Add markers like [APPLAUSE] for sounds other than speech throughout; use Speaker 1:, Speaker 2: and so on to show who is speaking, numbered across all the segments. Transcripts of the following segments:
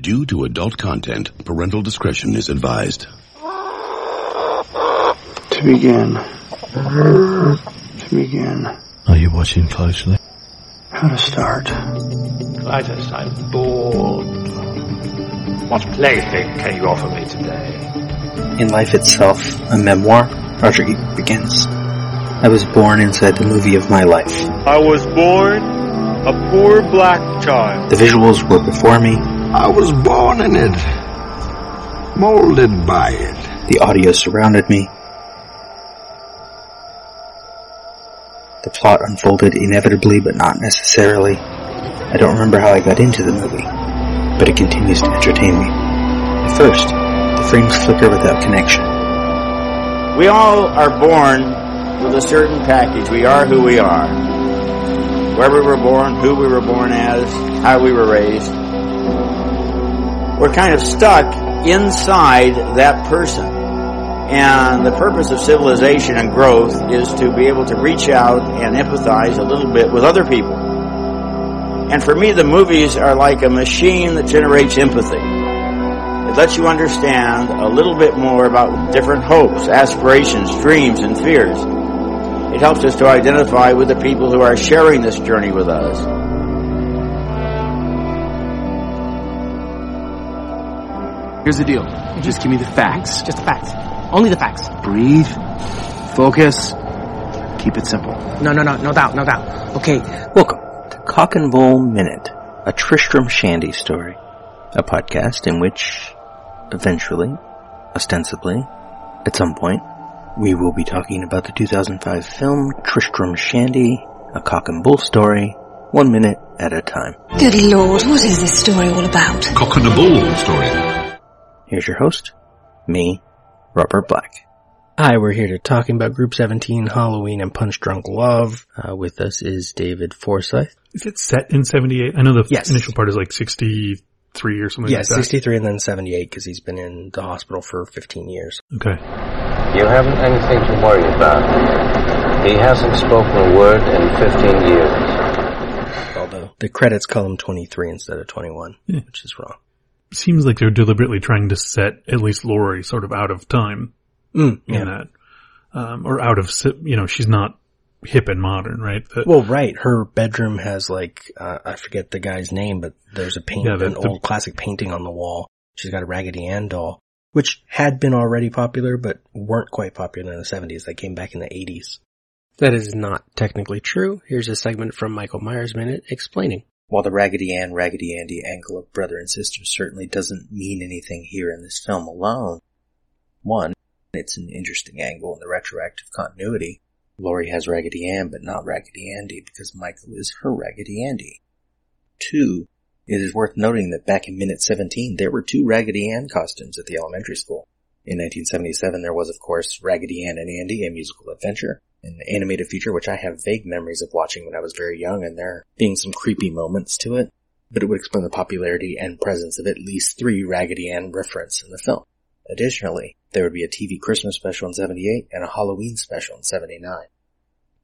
Speaker 1: Due to adult content, parental discretion is advised.
Speaker 2: To begin. To begin.
Speaker 3: Are you watching closely?
Speaker 2: How to start?
Speaker 4: Clytus, I'm bored. What plaything can you offer me today?
Speaker 5: In Life Itself, a memoir, Roger Ebert begins. I was born inside the movie of my life.
Speaker 6: I was born a poor black child.
Speaker 5: The visuals were before me,
Speaker 7: I was born in it, molded by it.
Speaker 5: the audio surrounded me. The plot unfolded inevitably but not necessarily. I don't remember how I got into the movie, but it continues to entertain me. At first, the frames flicker without connection.
Speaker 8: We all are born with a certain package. We are who we are. Where we were born, who we were born as, how we were raised. We're kind of stuck inside that person. And the purpose of civilization and growth is to be able to reach out and empathize a little bit with other people. And for me, the movies are like a machine that generates empathy. It lets you understand a little bit more about different hopes, aspirations, dreams, and fears. It helps us to identify with the people who are sharing this journey with us.
Speaker 9: Here's the deal. Just give me the facts.
Speaker 10: Mm-hmm. Just the facts. Only the facts.
Speaker 9: Breathe. Focus. Keep it simple.
Speaker 10: No, no, no, no doubt, no doubt. Okay,
Speaker 5: Welcome to Cock and Bull Minute, a Tristram Shandy story, a podcast in which, eventually, ostensibly, at some point, we will be talking about the 2005 film Tristram Shandy, a cock and bull story, one minute at a time.
Speaker 11: Good lord, what is this story all about?
Speaker 1: Cock and a bull story.
Speaker 5: Here's your host, me, Robert Black. Hi, we're here to talking about Group 17, Halloween, and Punch Drunk Love. Uh, with us is David Forsyth.
Speaker 12: Is it set in 78? I know the
Speaker 5: Yes.
Speaker 12: initial part is like 63 or something
Speaker 5: Yeah,
Speaker 12: like that.
Speaker 5: 63 and then 78 because he's been in the hospital for 15 years.
Speaker 12: Okay.
Speaker 13: You haven't anything to worry about. He hasn't spoken a word in 15 years.
Speaker 5: Although the credits call him 23 instead of 21,
Speaker 12: Yeah.
Speaker 5: which is wrong.
Speaker 12: Seems like they're deliberately trying to set at least Lori sort of out of time
Speaker 5: Mm,
Speaker 12: in that. Um, or out of, si- you know, she's not hip and modern, right? But
Speaker 5: Well, right. Her bedroom has like, uh, I forget the guy's name, but there's a paint,
Speaker 12: Yeah, the-
Speaker 5: an
Speaker 12: the-
Speaker 5: old classic painting on the wall. She's got a Raggedy Ann doll, which had been already popular, but weren't quite popular in the 70s. They came back in the 80s.
Speaker 14: That is not technically true. Here's a segment from Michael Myers Minute explaining.
Speaker 5: While the Raggedy Ann, Raggedy Andy angle of brother and sister certainly doesn't mean anything here in this film alone, one, it's an interesting angle in the retroactive continuity. Lori has Raggedy Ann, but not Raggedy Andy, because Michael is her Raggedy Andy. Two, it is worth noting that back in minute 17, there were two Raggedy Ann costumes at the elementary school. In 1977, there was, of course, Raggedy Ann and Andy, a musical adventure, an animated feature which I have vague memories of watching when I was very young and there being some creepy moments to it, but it would explain the popularity and presence of at least three Raggedy Ann reference in the film. Additionally, there would be a TV Christmas special in 78 and a Halloween special in 79.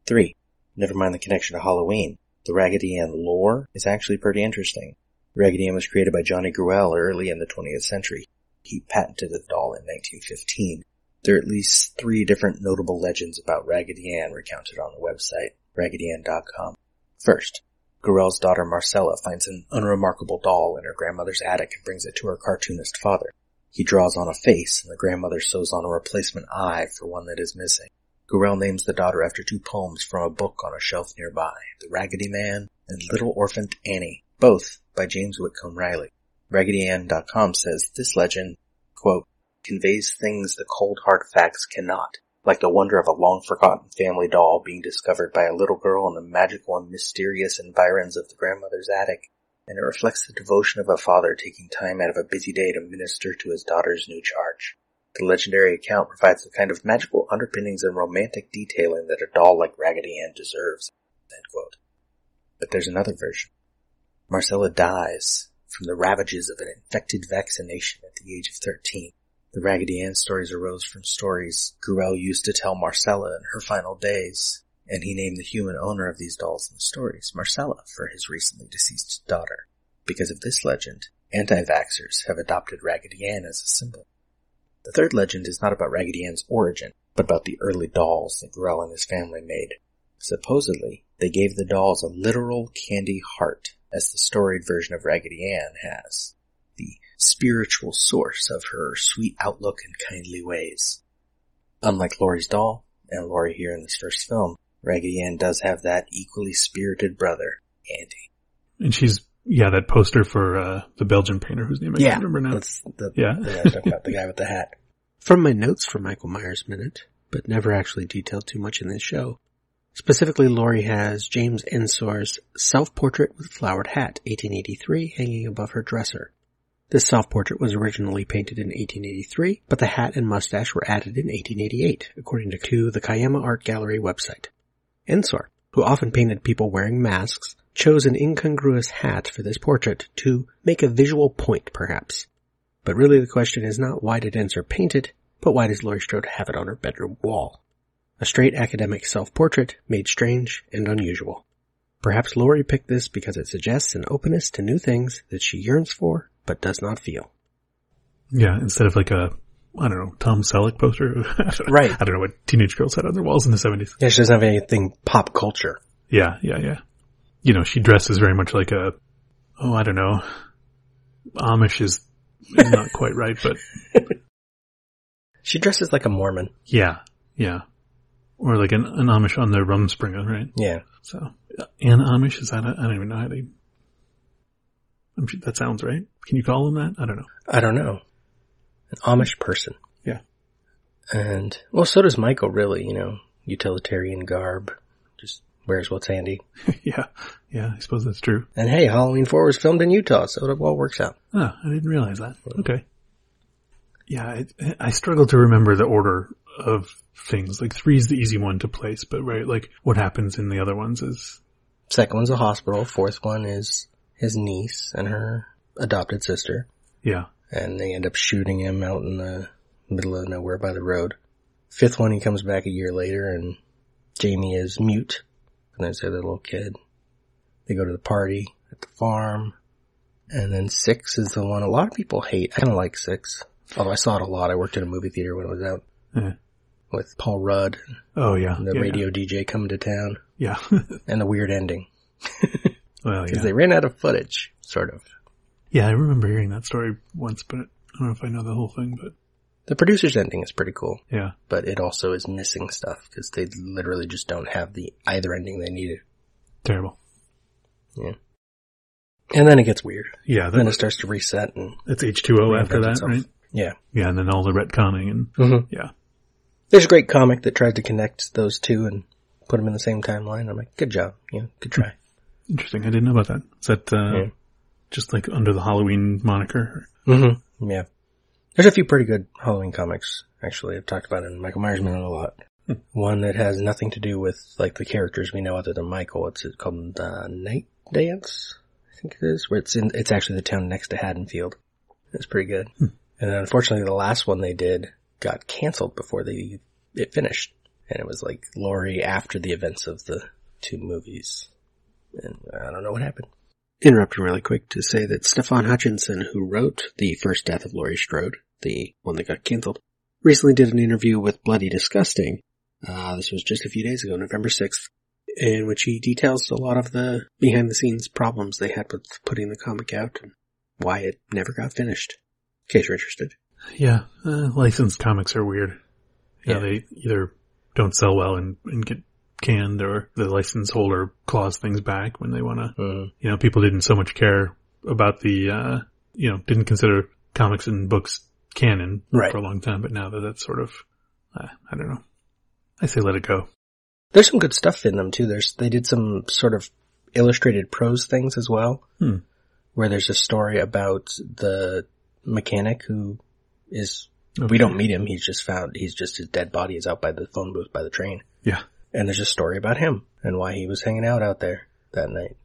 Speaker 5: 3. Never mind the connection to Halloween. The Raggedy Ann lore is actually pretty interesting. Raggedy Ann was created by Johnny Gruel early in the 20th century. He patented the doll in 1915. There are at least three different notable legends about Raggedy Ann recounted on the website, raggedyann.com. First, Gruel's daughter Marcella finds an unremarkable doll in her grandmother's attic and brings it to her cartoonist father. He draws on a face, and the grandmother sews on a replacement eye for one that is missing. Gurel names the daughter after two poems from a book on a shelf nearby, The Raggedy Man and Little Orphaned Annie, both by James Whitcomb Riley. RaggedyAnn.com says this legend, quote, conveys things the cold hard facts cannot, like the wonder of a long forgotten family doll being discovered by a little girl in the magical and mysterious environs of the grandmother's attic, and it reflects the devotion of a father taking time out of a busy day to minister to his daughter's new charge. The legendary account provides the kind of magical underpinnings and romantic detailing that a doll like Raggedy Ann deserves. End quote. But there's another version. Marcella dies from the ravages of an infected vaccination at the age of 13. The Raggedy Ann stories arose from stories Gruel used to tell Marcella in her final days, and he named the human owner of these dolls and stories Marcella for his recently deceased daughter. Because of this legend,
Speaker 15: anti-vaxxers have adopted Raggedy Ann as a symbol. The third legend is not about Raggedy Ann's origin, but about the early dolls that Grell and his family made. Supposedly, they gave the dolls a literal candy heart, as the storied version of Raggedy Ann has, the spiritual source of her sweet outlook and kindly ways. Unlike Laurie's doll, and Laurie here in this first film, Raggedy Ann does have that equally spirited brother, Andy.
Speaker 12: And she's yeah, that poster for uh, the Belgian painter whose name I
Speaker 15: yeah,
Speaker 12: can't remember now.
Speaker 15: That's the,
Speaker 12: yeah,
Speaker 15: the, the guy with the hat.
Speaker 5: From my notes for Michael Myers Minute, but never actually detailed too much in this show. Specifically, Laurie has James Ensor's self-portrait with flowered hat, 1883, hanging above her dresser. This self-portrait was originally painted in 1883, but the hat and mustache were added in 1888, according to the Kayama Art Gallery website. Ensor, who often painted people wearing masks, chose an incongruous hat for this portrait to make a visual point, perhaps. But really the question is not why did Ensor paint it, but why does Laurie Strode have it on her bedroom wall? A straight academic self-portrait made strange and unusual. Perhaps Laurie picked this because it suggests an openness to new things that she yearns for but does not feel.
Speaker 12: Yeah, instead of like a I don't know, Tom Selleck poster. [LAUGHS]
Speaker 5: right.
Speaker 12: I don't know what teenage girls had on their walls in the 70s.
Speaker 5: Yeah, she doesn't have anything pop culture.
Speaker 12: Yeah, yeah, yeah. You know, she dresses very much like a, oh, I don't know, Amish is not quite right, but.
Speaker 5: she dresses like a Mormon.
Speaker 12: Yeah, yeah. Or like an, an Amish on the Rumspringer, right?
Speaker 5: Yeah.
Speaker 12: So, an Amish, is that, I I don't even know how they, I'm sure that sounds right. Can you call them that? I don't know. [LAUGHS]
Speaker 5: I don't know an Amish person.
Speaker 12: Yeah.
Speaker 5: And, well, so does Michael, really, you know, utilitarian garb, just wears what's handy.
Speaker 12: yeah. Yeah, I suppose that's true.
Speaker 5: And hey, Halloween 4 was filmed in Utah, so it all works out.
Speaker 12: Oh, I didn't realize that. Okay. Yeah, I, I struggle to remember the order of things. Like, three's the easy one to place, but right, like, what happens in the other ones is...
Speaker 5: Second one's a hospital, fourth one is his niece and her adopted sister.
Speaker 12: Yeah
Speaker 5: and they end up shooting him out in the middle of nowhere by the road. Fifth one, he comes back a year later and Jamie is mute. And there's the other little kid. They go to the party at the farm. And then six is the one a lot of people hate. I kind of like six. Although I saw it a lot. I worked in a movie theater when it was out.
Speaker 12: Yeah.
Speaker 5: With Paul Rudd.
Speaker 12: Oh yeah.
Speaker 5: the
Speaker 12: yeah,
Speaker 5: radio yeah. DJ coming to town.
Speaker 12: [LAUGHS] Yeah.
Speaker 5: and the weird ending.
Speaker 12: well, yeah. Because
Speaker 5: they ran out of footage, sort of.
Speaker 12: Yeah, I remember hearing that story once, but I don't know if I know the whole thing, but.
Speaker 5: The producer's ending is pretty cool.
Speaker 12: Yeah.
Speaker 5: But it also is missing stuff because they literally just don't have the either ending they needed.
Speaker 12: Terrible.
Speaker 5: Yeah. And then it gets weird.
Speaker 12: Yeah.
Speaker 5: Then it starts to reset and.
Speaker 12: It's H2O after that, itself. right?
Speaker 5: Yeah.
Speaker 12: Yeah, and then all the retconning and.
Speaker 5: Mm-hmm.
Speaker 12: Yeah.
Speaker 5: There's a great comic that tried to connect those two and put them in the same timeline. I'm like, good job. Yeah, good try.
Speaker 12: Interesting. I didn't know about that. Is that, uh, yeah just like under the Halloween moniker.
Speaker 5: Mm-hmm. Yeah. There's a few pretty good Halloween comics, actually. I've talked about it in Michael Myers Minute a lot. Hmm. One that has nothing to do with like the characters we know other than Michael. It's called the Night Dance, I think it is. Where it's in, it's actually the town next to Haddonfield. It's pretty good.
Speaker 12: Hmm.
Speaker 5: And then unfortunately, the last one they did got canceled before they it finished, and it was like Laurie after the events of the two movies. And I don't know what happened interrupting really quick to say that Stefan Hutchinson, who wrote the first death of Laurie Strode, the one that got canceled, recently did an interview with Bloody Disgusting. Uh, this was just a few days ago, November 6th, in which he details a lot of the behind the scenes problems they had with putting the comic out and why it never got finished. In case you're interested.
Speaker 12: Yeah, uh, licensed comics are weird. Yeah, yeah, they either don't sell well and, and get canned or the license holder claws things back when they want to.
Speaker 5: Uh,
Speaker 12: you know, people didn't so much care about the, uh, you know, didn't consider comics and books canon
Speaker 5: right.
Speaker 12: for a long time, but now that that's sort of, uh, I don't know. I say let it go.
Speaker 5: There's some good stuff in them too. There's, they did some sort of illustrated prose things as well,
Speaker 12: hmm.
Speaker 5: where there's a story about the mechanic who is, okay. we don't meet him. He's just found, he's just, his dead body is out by the phone booth by the train.
Speaker 12: Yeah
Speaker 5: and there's a story about him and why he was hanging out out there that night.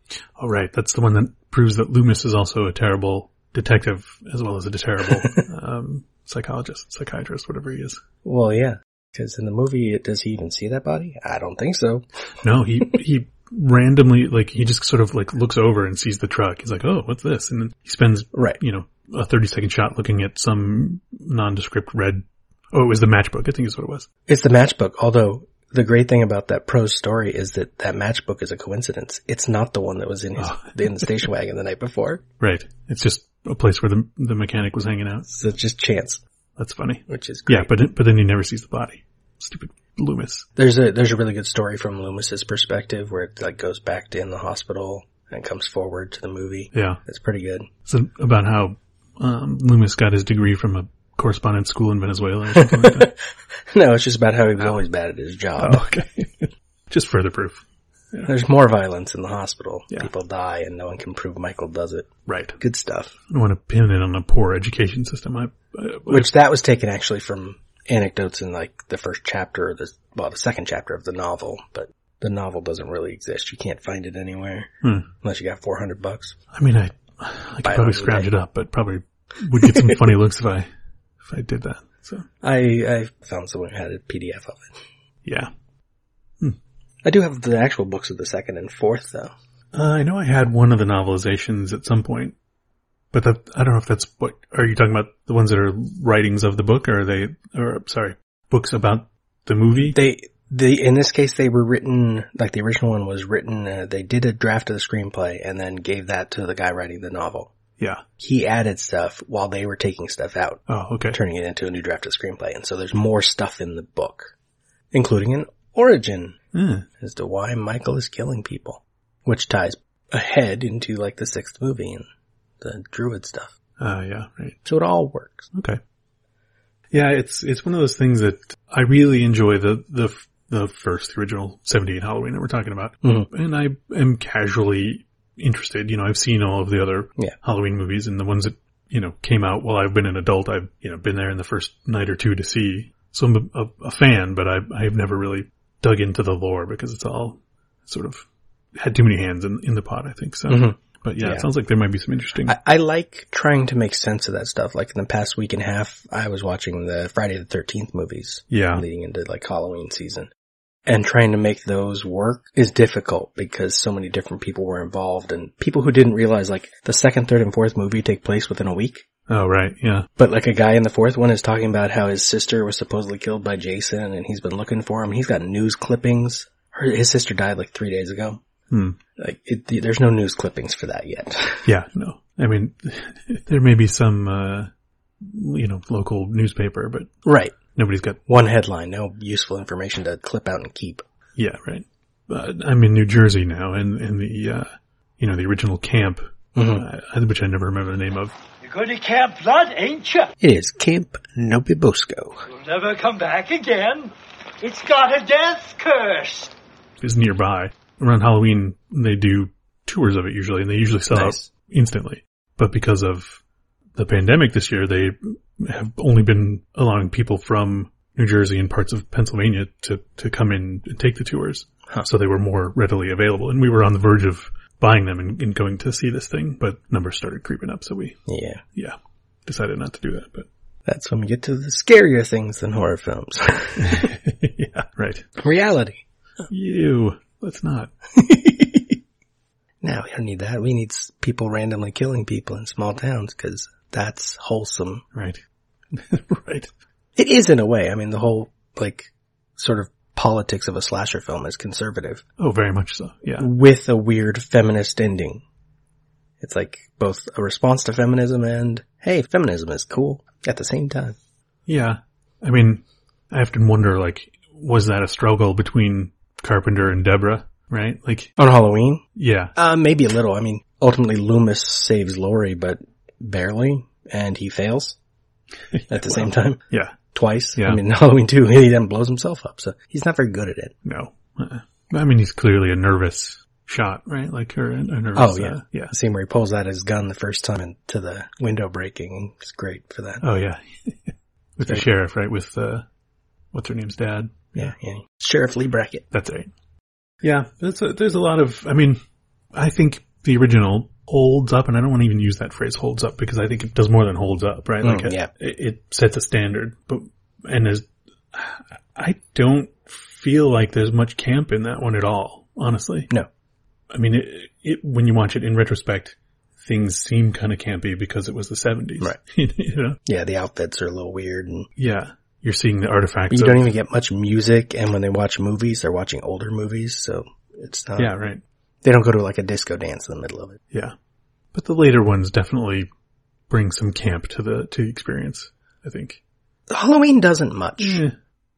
Speaker 12: Oh, right. That's the one that proves that Loomis is also a terrible detective as well as
Speaker 5: [LAUGHS]
Speaker 12: a terrible um, psychologist, psychiatrist, whatever he is.
Speaker 5: Well, yeah, because in the movie, does he even see that body? I don't think so.
Speaker 12: No, he he randomly, like he just sort of like looks over and sees the truck. He's like, "Oh, what's this?" And then he spends
Speaker 5: right,
Speaker 12: you know, a thirty second shot looking at some nondescript red. Oh, it was the matchbook. I think is what it was.
Speaker 5: It's the matchbook. Although the great thing about that prose story is that that matchbook is a coincidence. It's not the one that was in his
Speaker 12: Oh.
Speaker 5: in the station wagon the night before.
Speaker 12: Right. It's just a place where the the mechanic was hanging out.
Speaker 5: So it's just chance,
Speaker 12: That's funny.
Speaker 5: which is great.
Speaker 12: Yeah, but but then he never sees the body. Stupid Loomis.
Speaker 5: There's a there's a really good story from Loomis's perspective where it like goes back to in the hospital and comes forward to the movie.
Speaker 12: Yeah.
Speaker 5: It's pretty good.
Speaker 12: It's about how um, Loomis got his degree from a correspondence school in Venezuela or something like that.
Speaker 5: [LAUGHS] No, it's just about how he was always bad at his [LAUGHS] job.
Speaker 12: Oh, okay. Just further proof.
Speaker 5: There's more violence in the hospital.
Speaker 12: Yeah.
Speaker 5: People die and no one can prove Michael does it.
Speaker 12: Right.
Speaker 5: Good stuff.
Speaker 12: I don't want to pin it on a poor education system. I, I-
Speaker 5: Which that was taken actually from anecdotes in like the first chapter or the well, the second chapter of the novel, but the novel doesn't really exist. You can't find it anywhere
Speaker 12: Hmm.
Speaker 5: unless you got four hundred bucks.
Speaker 12: I mean, I, I could
Speaker 5: Buy it on
Speaker 12: probably scrounge
Speaker 5: eBay.
Speaker 12: it up, but probably would get some funny looks if I, if I did that. So
Speaker 5: I I found someone who had a PDF of it.
Speaker 12: yeah.
Speaker 5: I do have the actual books of the second and fourth though.
Speaker 12: Uh, I know I had one of the novelizations at some point, but that, I don't know if that's what, are you talking about the ones that are writings of the book or are they, or sorry, books about the movie?
Speaker 5: They they in this case they were written like the original one was written. Uh, they did a draft of the screenplay and then gave that to the guy writing the novel.
Speaker 12: yeah.
Speaker 5: He added stuff while they were taking stuff out.
Speaker 12: Oh, okay.
Speaker 5: turning it into a new draft of screenplay. And so there's more stuff in the book, including an origin
Speaker 12: Hmm.
Speaker 5: as to why Michael is killing people, which ties ahead into like the sixth movie and the druid stuff.
Speaker 12: Uh, yeah, right.
Speaker 5: So it all works.
Speaker 12: Okay. Yeah, it's it's one of those things that I really enjoy the the the first the original 78 Halloween that we're talking about.
Speaker 5: Mhm.
Speaker 12: And I am casually interested, you know, I've seen all of the other
Speaker 5: Yeah.
Speaker 12: Halloween movies and the ones that, you know, came out while I've been an adult, I've, you know, been there in the first night or two to see. So I'm a, a fan, but I I've never really dug into the lore because it's all sort of had too many hands in in the pot, I think. So,
Speaker 5: Mhm.
Speaker 12: but yeah,
Speaker 5: Yeah.
Speaker 12: it sounds like there might be some interesting
Speaker 5: I, I like trying to make sense of that stuff. Like in the past week and a half, I was watching the Friday the 13th movies.
Speaker 12: yeah.
Speaker 5: leading into like Halloween season. And trying to make those work is difficult because so many different people were involved and people who didn't realize like the second, third, and fourth movie take place within a week.
Speaker 12: Oh, right. Yeah.
Speaker 5: But like a guy in the fourth one is talking about how his sister was supposedly killed by Jason and he's been looking for him. He's got news clippings. Her, his sister died like three days ago.
Speaker 12: Hmm.
Speaker 5: Like it, there's no news clippings for that yet. [LAUGHS]
Speaker 12: Yeah, no. I mean, [LAUGHS] there may be some, uh, you know, local newspaper, but
Speaker 5: right.
Speaker 12: nobody's got,
Speaker 5: One headline, no useful information to clip out and keep.
Speaker 12: yeah, right. But I'm in New Jersey now and, and the, uh, you know, the original camp, uh, which I never remember the name of.
Speaker 16: You're going to Camp Blood, ain't you?
Speaker 5: It is Camp Nobibosco.
Speaker 12: Uh-huh.
Speaker 16: You'll never come back again. It's got a death curse.
Speaker 12: is nearby. Around Halloween, they do tours of it usually, and they usually sell
Speaker 5: Nice.
Speaker 12: out instantly. But because of the pandemic this year, they have only been allowing people from New Jersey and parts of Pennsylvania to, to come in and take the tours.
Speaker 5: Huh.
Speaker 12: So they were more readily available, and we were on the verge of buying them and, and going to see this thing, but numbers started creeping up, so we,
Speaker 5: Yeah.
Speaker 12: yeah, decided not to do that, but [LAUGHS]
Speaker 5: That's when we get to the scarier things than horror films. [LAUGHS]
Speaker 12: yeah, right.
Speaker 5: Reality.
Speaker 12: You, let's not.
Speaker 5: No, we don't need that. We need s- people randomly killing people in small towns because that's wholesome.
Speaker 12: Right. [LAUGHS] right.
Speaker 5: It is in a way. I mean, the whole, like, sort of politics of a slasher film is conservative
Speaker 12: Oh, very much so. Yeah.
Speaker 5: with a weird feminist ending. It's like both a response to feminism and, hey, feminism is cool at the same time.
Speaker 12: Yeah. I mean, I often wonder, like, was that a struggle between Carpenter and Deborah, right? Like,
Speaker 5: On Halloween?
Speaker 12: yeah,
Speaker 5: Uh, maybe a little. I mean, ultimately Loomis saves Lori, but barely, and he fails
Speaker 12: [LAUGHS]
Speaker 5: at the same time.
Speaker 12: yeah,
Speaker 5: Twice.
Speaker 12: Yeah.
Speaker 5: I mean, [LAUGHS] in Halloween 2, he then blows himself up, so he's not very good at it.
Speaker 12: no. Uh-uh. I mean, he's clearly a nervous shot, right? Like, or a a nervous,
Speaker 5: Oh
Speaker 12: uh,
Speaker 5: yeah,
Speaker 12: yeah.
Speaker 5: The scene where he pulls out his gun the first time and to the window breaking. It's great for that.
Speaker 12: Oh, yeah. [LAUGHS] With the
Speaker 5: Right.
Speaker 12: sheriff, right? With, uh, what's her name's dad?
Speaker 5: yeah, yeah. Sheriff Lee Brackett.
Speaker 12: That's right. Yeah, that's a, there's a lot of. I mean, I think the original holds up, and I don't want to even use that phrase "holds up" because I think it does more than holds up, right?
Speaker 5: Mm,
Speaker 12: like, it-
Speaker 5: yeah.
Speaker 12: it, it sets a standard, but and as I don't feel like there's much camp in that one at all, honestly.
Speaker 5: No.
Speaker 12: I mean, it, it, when you watch it in retrospect, things seem kind of campy because it was the 70s.
Speaker 5: Right.
Speaker 12: [LAUGHS] you know?
Speaker 5: Yeah, the outfits are a little weird. And
Speaker 12: yeah. You're seeing the artifacts.
Speaker 5: You
Speaker 12: of-
Speaker 5: don't even get much music. And when they watch movies, they're watching older movies. So it's not.
Speaker 12: Yeah, right.
Speaker 5: They don't go to like a disco dance in the middle of it.
Speaker 12: Yeah. But the later ones definitely bring some camp to the, to the experience, I think.
Speaker 5: Halloween doesn't much.
Speaker 12: Eh,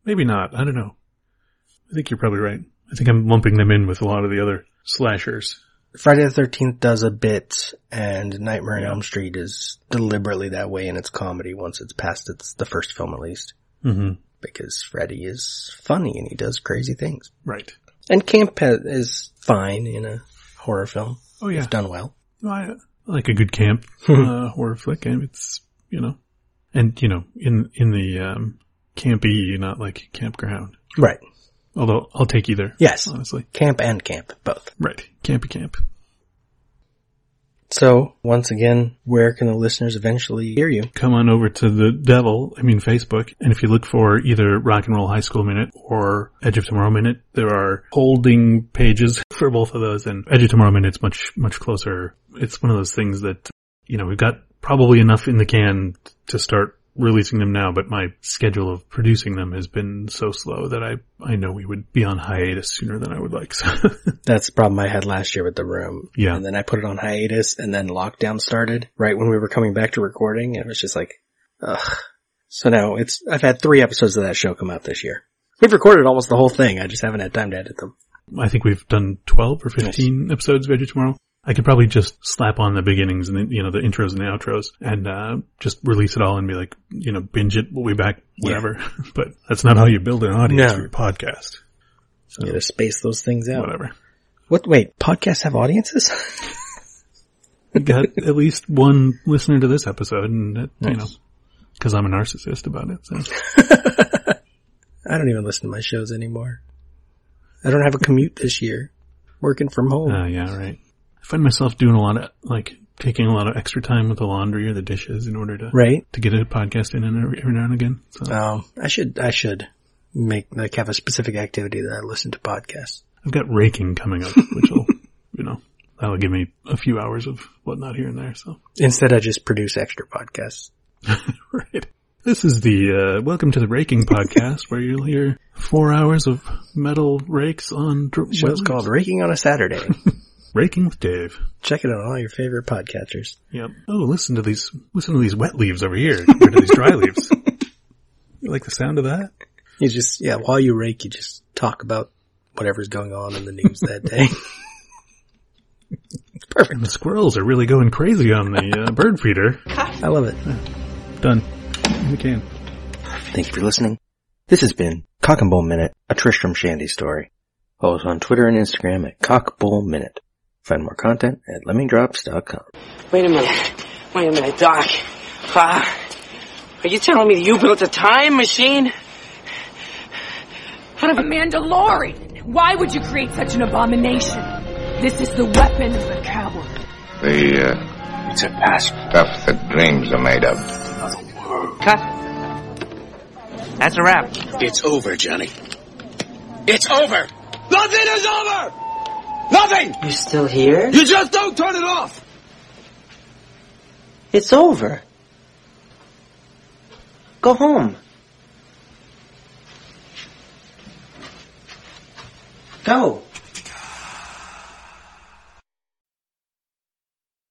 Speaker 12: maybe not. I don't know. I think you're probably right. I think I'm lumping them in with a lot of the other slashers.
Speaker 5: Friday the 13th does a bit and Nightmare on Elm Street is deliberately that way in its comedy once it's past its, the first film at least.
Speaker 12: Mm-hmm.
Speaker 5: Because Freddy is funny and he does crazy things.
Speaker 12: Right.
Speaker 5: And camp ha- is fine in a horror film.
Speaker 12: Oh, yeah.
Speaker 5: If done well.
Speaker 12: No, I, I like a good [LAUGHS] camp uh, horror flick. And it's you know, and you know, in in the um, campy, not like campground.
Speaker 5: Right.
Speaker 12: Although I'll take either.
Speaker 5: Yes.
Speaker 12: honestly,
Speaker 5: Camp and camp, both.
Speaker 12: right. Campy camp.
Speaker 5: So, once again, where can the listeners eventually hear you?
Speaker 12: Come on over to the devil. I mean Facebook, and if you look for either Rock and Roll High School Minute or Edge of Tomorrow Minute, there are holding pages [LAUGHS] for both of those. And Edge of Tomorrow Minute's much much closer. It's one of those things that you know we've got probably enough in the can to start releasing them now, but my schedule of producing them has been so slow that I, I know we would be on hiatus sooner than I would like. [LAUGHS] So
Speaker 5: That's the problem I had last year with the room.
Speaker 12: Yeah.
Speaker 5: And then I put it on hiatus and then lockdown started right when we were coming back to recording. And it was just like, ugh. So now it's, I've had three episodes of that show come out this year. We've recorded almost the whole thing. I just haven't had time to edit them.
Speaker 12: I think we've done 12 or 15 episodes of Edge of Tomorrow. I could probably just slap on the beginnings and the, you know, the intros and the outros and, uh, just release it all and be like, you know, binge it. We'll be back whenever, [LAUGHS] but that's not how you build an audience
Speaker 5: No.
Speaker 12: for your podcast. So
Speaker 5: You gotta space those things out.
Speaker 12: whatever.
Speaker 5: What, wait, podcasts have audiences? [LAUGHS]
Speaker 12: We got at least one listener to this episode and, uh, you
Speaker 5: Nice.
Speaker 12: know, cause I'm a narcissist about it. So.
Speaker 5: I don't even listen to my shows anymore. I don't have a commute this year. Working from home.
Speaker 12: Oh, yeah, right. I find myself doing a lot of, like, taking a lot of extra time with the laundry or the dishes in order to,
Speaker 5: Right.
Speaker 12: to get a podcast in and every, every now and again. So
Speaker 5: Um, I should, I should make, like have a specific activity that I listen to podcasts.
Speaker 12: I've got raking coming up, which will, [LAUGHS] you know, that'll give me a few hours of whatnot here and there. So, [LAUGHS]
Speaker 5: Instead I just produce extra podcasts.
Speaker 12: right. This is the, uh, welcome to the raking podcast where you'll hear four hours of metal rakes on, dr-
Speaker 5: Show's
Speaker 12: wheels.
Speaker 5: called Raking on a Saturday.
Speaker 12: Raking with Dave.
Speaker 5: Check it out on all your favorite podcatchers.
Speaker 12: Yep. Oh, listen to these, listen to these wet leaves over here compared to these dry [LAUGHS] leaves. You like the sound of that?
Speaker 5: You just, yeah, while you rake, you just talk about whatever's going on in the news that day.
Speaker 12: And the squirrels are really going crazy on the uh, bird feeder.
Speaker 5: I love it.
Speaker 12: Done. In the can.
Speaker 15: Thank you for listening. This has been Cock and Bull Minute, a Tristram Shandy story. Follow us on Twitter and Instagram at Cock Bull Minute. Find more content at lemmingdrops.com.
Speaker 10: Wait a minute. Wait a minute, Doc. Uh, are you telling me that you built a time machine? Out of
Speaker 17: Amanda Laurie, why would you create such an abomination? This is the weapon of the coward.
Speaker 18: The, uh, it's a past stuff that dreams are made of.
Speaker 10: Cut. That's a wrap.
Speaker 19: It's over, Johnny. It's over! Nothing is over! Nothing!
Speaker 10: You're still here?
Speaker 19: You just don't turn it off!
Speaker 10: It's over. Go home. Go.